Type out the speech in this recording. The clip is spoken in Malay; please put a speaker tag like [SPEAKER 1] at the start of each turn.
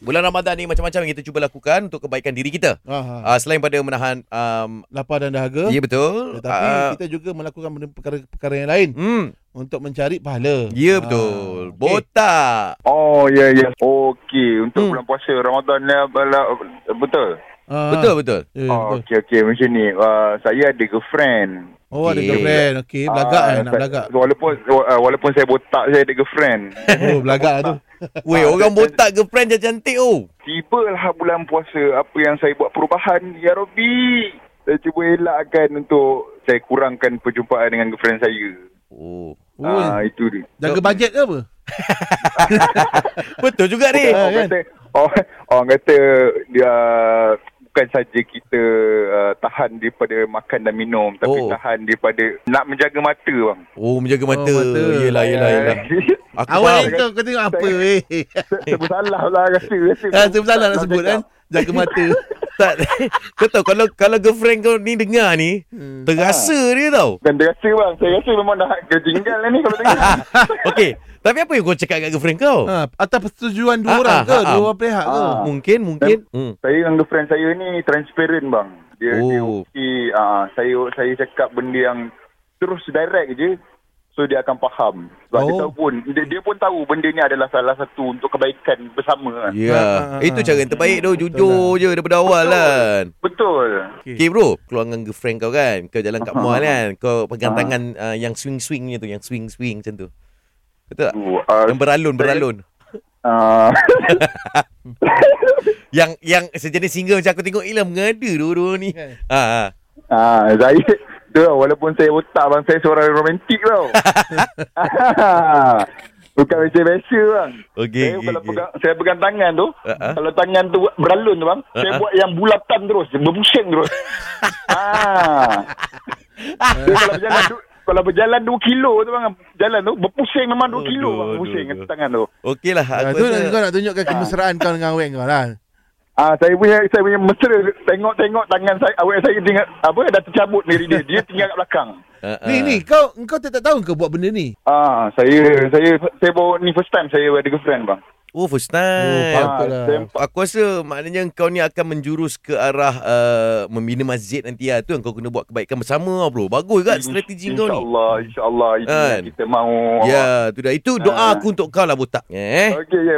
[SPEAKER 1] bulan Ramadan ni macam-macam yang kita cuba lakukan untuk kebaikan diri kita.
[SPEAKER 2] Aha.
[SPEAKER 1] Uh, selain pada menahan um,
[SPEAKER 2] Lapar dan dahaga.
[SPEAKER 1] ya betul.
[SPEAKER 2] Tetapi
[SPEAKER 1] Ah,
[SPEAKER 2] kita juga melakukan benda- perkara-perkara yang lain
[SPEAKER 1] hmm,
[SPEAKER 2] untuk mencari pahala.
[SPEAKER 1] ya betul.
[SPEAKER 2] Ah, okey.
[SPEAKER 1] Botak.
[SPEAKER 3] Oh, ya, ya. Okey, untuk
[SPEAKER 1] Hmm.
[SPEAKER 3] hmm. bulan puasa Ramadan ni, bala- betul?
[SPEAKER 2] Ah,
[SPEAKER 1] Betul betul.
[SPEAKER 2] Ya,
[SPEAKER 3] Oh,
[SPEAKER 2] betul.
[SPEAKER 3] okey, okey. Macam ni, uh, saya ada girlfriend.
[SPEAKER 2] Oh, ada
[SPEAKER 1] Okey.
[SPEAKER 2] girlfriend. Okey, belagak
[SPEAKER 3] Ah,
[SPEAKER 2] eh, nak
[SPEAKER 3] saya-
[SPEAKER 2] belagak.
[SPEAKER 3] Walaupun wa- ah, walaupun saya botak, saya ada girlfriend.
[SPEAKER 2] Oh, belagak lah tu.
[SPEAKER 1] Weh,
[SPEAKER 3] Ah,
[SPEAKER 1] orang
[SPEAKER 3] saya-
[SPEAKER 1] botak girlfriend dia cantik oh.
[SPEAKER 3] Tibalah bulan puasa, apa yang saya buat perubahan, Ya Rabbi. Saya cuba elakkan untuk saya kurangkan perjumpaan dengan girlfriend saya.
[SPEAKER 1] Oh.
[SPEAKER 2] Oh,
[SPEAKER 3] Ah, itu dia.
[SPEAKER 2] jaga bajet ke apa?
[SPEAKER 1] Betul juga ni.
[SPEAKER 2] Ah,
[SPEAKER 3] orang
[SPEAKER 2] kan?
[SPEAKER 3] kata orang, orang kata dia uh, bukan saja kita uh, tahan daripada makan dan minum tapi
[SPEAKER 1] Oh.
[SPEAKER 3] oh. tahan daripada nak menjaga mata bang. Eh.
[SPEAKER 1] Oh, menjaga mata.
[SPEAKER 2] Oh, mata.
[SPEAKER 1] Yelah, Ah, yelah, yelah. Aku
[SPEAKER 2] Awal
[SPEAKER 1] faham.
[SPEAKER 2] ni kau, kau tengok apa eh? weh.
[SPEAKER 3] Sebab salah lah rasa. rasa
[SPEAKER 2] Ah, tu salah nak
[SPEAKER 3] tak
[SPEAKER 2] sebut kan.
[SPEAKER 3] cakap.
[SPEAKER 2] Jaga mata.
[SPEAKER 1] Tak, kau tahu kalau kalau girlfriend kau ni dengar ni,
[SPEAKER 2] Hmm.
[SPEAKER 1] terasa dia tau.
[SPEAKER 3] Dan dia rasa bang, saya rasa memang dah kejinggal lah ni kalau tengok.
[SPEAKER 1] Okey, tapi apa yang kau cakap kat girlfriend kau?
[SPEAKER 2] Ha, atas
[SPEAKER 1] Ah,
[SPEAKER 2] persetujuan dua orang
[SPEAKER 1] ah,
[SPEAKER 2] ke?
[SPEAKER 1] ah,
[SPEAKER 2] Dua
[SPEAKER 1] ah.
[SPEAKER 2] orang pihak ke?
[SPEAKER 3] Ah.
[SPEAKER 1] Mungkin, mungkin. Hmm.
[SPEAKER 3] saya dengan girlfriend saya ni transparent bang. Dia oh. dia
[SPEAKER 1] Oh.
[SPEAKER 3] okey, ah, saya saya cakap benda yang terus direct je. So dia akan faham. Sebab oh. dia
[SPEAKER 2] Oh.
[SPEAKER 3] tahu pun dia, dia pun tahu benda ni adalah salah satu untuk kebaikan bersama.
[SPEAKER 1] Ya,
[SPEAKER 2] Ah, lah. ah, ah.
[SPEAKER 1] itu cara yang terbaik tu, jujur je daripada awal kan.
[SPEAKER 3] Betul.
[SPEAKER 1] Okay bro, keluar dengan girlfriend kau kan, kau jalan kat
[SPEAKER 3] Aha.
[SPEAKER 1] mall kan, kau pegang
[SPEAKER 3] Ah.
[SPEAKER 1] tangan ah, yang swing-swingnya tu, yang swing-swing macam tu. Betul
[SPEAKER 2] Hmm.
[SPEAKER 1] tak?
[SPEAKER 3] Tu, ah,
[SPEAKER 1] Yang beralun-beralun.
[SPEAKER 3] ah,
[SPEAKER 1] Yang yang sejenis single macam aku tengok, ilah mengada dua-dua ni.
[SPEAKER 2] Kan?
[SPEAKER 1] Ha, ha.
[SPEAKER 3] ah, saya tu lah, walaupun saya otak bang saya seorang romantik tau. Ah, Bukan macam biasa bang.
[SPEAKER 1] Okey,
[SPEAKER 3] saya
[SPEAKER 1] okey,
[SPEAKER 3] kalau
[SPEAKER 1] okey.
[SPEAKER 3] pegang saya pegang tangan tu,
[SPEAKER 1] Ah, ah.
[SPEAKER 3] kalau tangan tu beralun tu bang, saya
[SPEAKER 1] Ah, ah.
[SPEAKER 3] buat yang bulatan terus, berpusing terus. ah. Dia kalau berjalan du- kalau berjalan 2 kilo tu bang, jalan tu berpusing memang 2 kilo
[SPEAKER 1] Aduh,
[SPEAKER 3] bang,
[SPEAKER 1] aduh,
[SPEAKER 3] pusing
[SPEAKER 1] aduh.
[SPEAKER 3] tangan tu.
[SPEAKER 1] Okey lah.
[SPEAKER 2] Ah,
[SPEAKER 1] Aku
[SPEAKER 2] tu
[SPEAKER 1] rasa-
[SPEAKER 2] kau nak tunjukkan kemesraan kau dengan awet kau lah.
[SPEAKER 3] Ah saya punya saya punya mesra tengok-tengok tangan saya awak saya tinggal apa dah tercabut dari dia dia tinggal kat belakang.
[SPEAKER 1] Ah, ah.
[SPEAKER 2] Ni ni kau engkau tak tak tahu ke buat benda ni?
[SPEAKER 3] Ah saya saya saya baru ni first time saya ada girlfriend bang.
[SPEAKER 1] Oh first
[SPEAKER 2] Ah,
[SPEAKER 1] time.
[SPEAKER 2] betul lah.
[SPEAKER 3] Eh, saya,
[SPEAKER 1] Aku rasa maknanya kau ni akan menjurus ke arah uh, membina masjid nanti lah. Tu yang kau kena buat kebaikan bersama lah bro. Bagus
[SPEAKER 2] Hmm.
[SPEAKER 1] juga strategi kau ni.
[SPEAKER 3] Insya-Allah insya-Allah itu
[SPEAKER 1] Kan?
[SPEAKER 3] yang kita mahu.
[SPEAKER 1] Ya, tu dah. Itu doa
[SPEAKER 3] Ah.
[SPEAKER 1] aku untuk kau lah botak. Eh.
[SPEAKER 3] Okey ya